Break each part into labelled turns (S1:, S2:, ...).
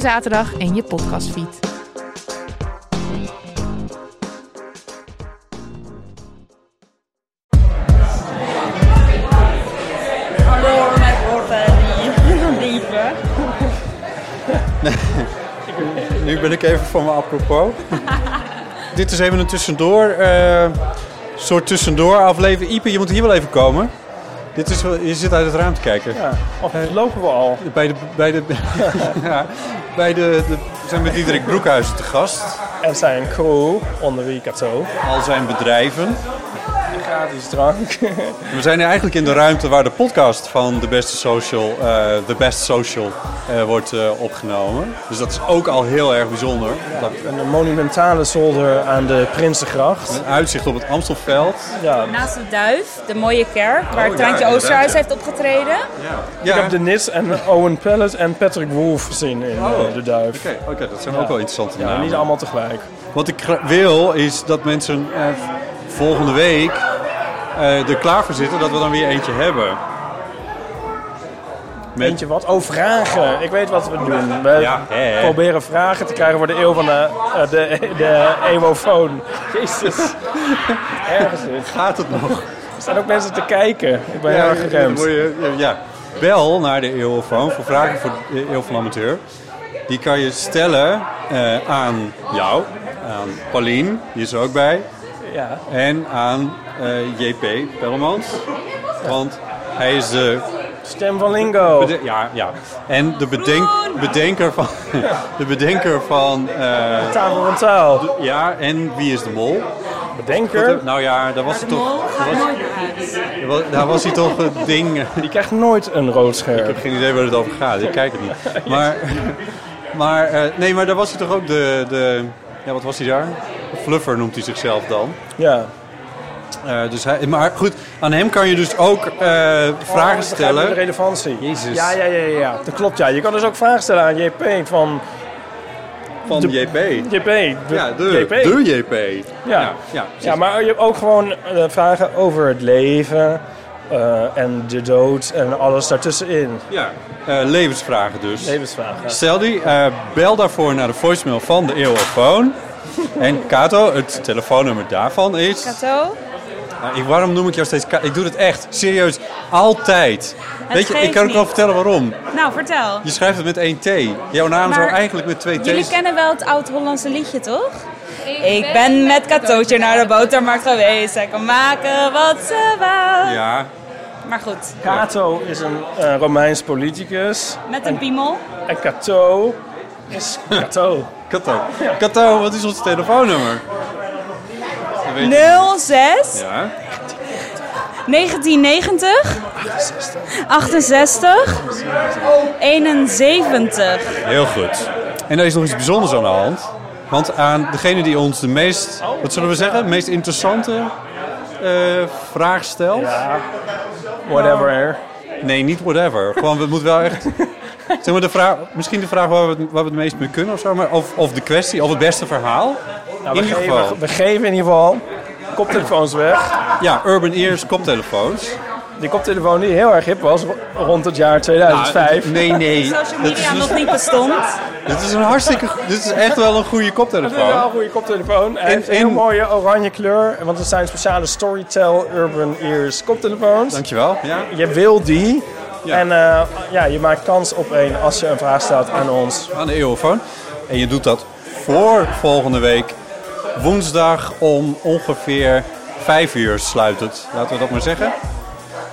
S1: zaterdag in je podcastfeed.
S2: Hallo met Orta en Lieve.
S3: Nu ben ik even van mijn apropos. Dit is even een tussendoor, eh, soort tussendoor aflevering. Ipe, je moet hier wel even komen. Dit is, wel- je zit uit het raam te kijken.
S4: Of lopen we al?
S3: Bij de, bij de, ja, bij de, de we zijn met Diederik Broekhuis te gast.
S4: Er zijn crew onder wie Kato.
S3: Al zijn bedrijven.
S4: Gratis drank.
S3: We zijn nu eigenlijk in de ruimte waar de podcast van de beste social, eh, The Best Social, eh, wordt eh, opgenomen. Dus dat is ook al heel erg bijzonder. Dat,
S4: Een monumentale zolder aan de Prinsengracht.
S3: een uitzicht op het Amstelveld.
S4: Ja.
S5: Naast de Duif, de mooie kerk, waar
S3: ja,
S5: Treintje
S3: inderdaad,
S5: Oosterhuis
S3: ja.
S5: heeft opgetreden.
S4: Ik heb de Nis en Owen Pellet en Patrick Wolf gezien in
S3: Oh.
S4: eh, de Duif.
S3: Oké, oké, dat zijn ook wel interessante
S4: Ja,
S3: namen.
S4: niet allemaal tegelijk.
S3: Wat ik gra- wil is dat mensen eh, volgende week eh, er klaar voor zitten dat we dan weer eentje hebben. Met-
S4: Eentje wat? Oh, vragen. Ik weet wat we doen. We
S3: Ja, hè, hè.
S4: proberen vragen te krijgen voor de eeuw van de, eh, de, de eeuwofoon. Jezus. Ergens dit.
S3: Gaat het nog?
S4: Er staan ook mensen te kijken. Ik ben heel erg
S3: dan
S4: geremd.
S3: word je- ja. Bel naar de Eeuwfoon voor vragen voor de Eeuw van de Amateur. Die kan je stellen eh, aan jou, aan Paulien, die is er ook bij,
S4: Ja.
S3: en aan eh, JP Pellemans. Want hij is de
S4: Stem van Lingo.
S3: Bede- ja, ja. En de bedenk, bedenker van. De bedenker van. eh,
S4: Tafel van taal.
S3: ja, en wie is de mol?
S4: Bedenker.
S3: Nou ja, daar was hij toch. daar was- daar was- daar was hij toch het ding.
S4: Die krijgt nooit een rood
S3: Ik
S4: scherm.
S3: heb geen idee waar het over gaat, ik kijk het niet. Maar. maar eh, nee, maar daar was hij toch ook de. de ja, wat was hij daar? Fluffer noemt hij zichzelf dan.
S4: Ja.
S3: Eh, dus hij, maar goed, aan hem kan je dus ook eh, vragen
S4: Oh, ik begrijp nu De
S3: stellen.
S4: relevantie.
S3: Jezus.
S4: Ja, ja, ja, ja, ja. Dat klopt, ja. Je kan dus ook vragen stellen aan JP van...
S3: Van
S4: de-
S3: JP.
S4: JP. de-
S3: Ja, de
S4: JP.
S3: De JP. Ja,
S4: Ja. Ja,
S3: ja, precies.
S4: maar je hebt ook gewoon eh, vragen over het leven... eh, en de dood en alles daartussenin.
S3: Ja, eh, levensvragen dus.
S4: Levensvragen.
S3: Stel die, eh, bel daarvoor naar de voicemail van de Eeuwofoon. En Kato, het telefoonnummer daarvan is...
S5: Kato.
S3: Nou, ik, waarom noem ik jou steeds Ka- Ik doe het echt, serieus, altijd. Weet je, ik
S5: geeft
S3: kan ook wel
S5: niet.
S3: vertellen waarom.
S5: Nou, vertel.
S3: Je schrijft het met één T. Jouw naam zou
S5: Maar
S3: eigenlijk met twee T's...
S5: Jullie kennen wel het oud-Hollandse liedje, toch? Ik ben met Katootje naar de botermarkt geweest. Zij kan maken wat ze wou.
S3: Ja,
S5: Maar goed,
S4: Cato is een eh, Romeins politicus.
S5: met een piemel.
S4: En Cato is Cato.
S3: Kato. Kato, wat is ons telefoonnummer? Dat weet ik.
S5: 06
S3: Ja,
S5: 1990 68 71.
S3: heel goed. En er is nog iets bijzonders aan de hand. Want aan degene die ons de meest, wat zullen we zeggen, de meest interessante eh, vraag stelt...
S4: Whatever.
S3: Nee, niet whatever. Gewoon, het moet wel echt. Zeg maar de vraag, misschien de vraag waar we, het, waar we het meest mee kunnen of zo, maar of, of de kwestie, of het beste verhaal.
S4: Nou,
S3: in
S4: we,
S3: ieder
S4: geven,
S3: geval.
S4: we geven in ieder geval koptelefoons weg.
S3: Ja, Urban Ears koptelefoons.
S4: Die koptelefoon die heel erg hip was ro- rond het jaar 2005.
S3: Ah, nee, nee.
S5: Social
S3: Dit is,
S5: media nog
S3: dus-
S5: niet bestond.
S3: dit is een hartstikke. go- Dit is echt wel een goede
S4: dat is wel een
S3: koptelefoon.
S4: goede koptelefoon. Hij
S3: En-
S4: heeft een heel
S3: en-
S4: mooie oranje kleur. Want het zijn speciale Storytel Urban Ears koptelefoons.
S3: Dankjewel. Ja.
S4: Je wil die,
S6: Ja.
S4: En eh, ja, je maakt kans op één als je een vraag stelt aan ons.
S6: aan de Eeuwenfoon. En je doet dat voor volgende week. Woensdag om ongeveer vijf uur sluit het. Laten we dat maar zeggen.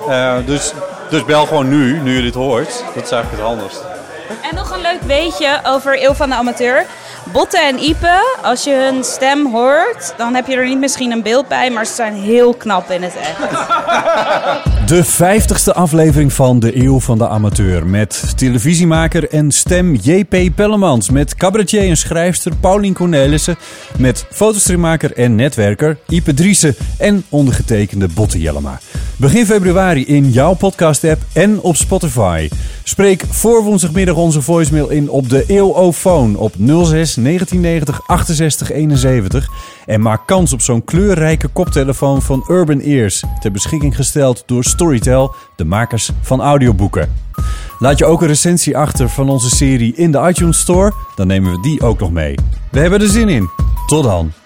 S6: Eh, dus, dus bel gewoon nu, nu je dit hoort. Dat is eigenlijk het handigst.
S5: En nog een leuk weetje over Eeuw van de Amateur. Botte en Ipe, als je hun stem hoort, dan heb je er niet misschien een beeld bij, maar ze zijn heel knap in het echt.
S3: De vijftigste aflevering van De Eeuw van de Amateur. Met televisiemaker en stem JP Pellemans. Met cabaretier en schrijfster Paulien Cornelissen. Met fotostreammaker en netwerker Ipe Driessen. En ondergetekende Botte Jellema. Begin februari in jouw podcast-app en op Spotify. Spreek voor woensdagmiddag onze voicemail in op de E EOO-phone op 06 1990 68 71. En maak kans op zo'n kleurrijke koptelefoon van Urban Ears. Ter beschikking gesteld door Storytel, de makers van audioboeken. Laat je ook een recensie achter van onze serie in de iTunes Store. Dan nemen we die ook nog mee. We hebben er zin in. Tot dan.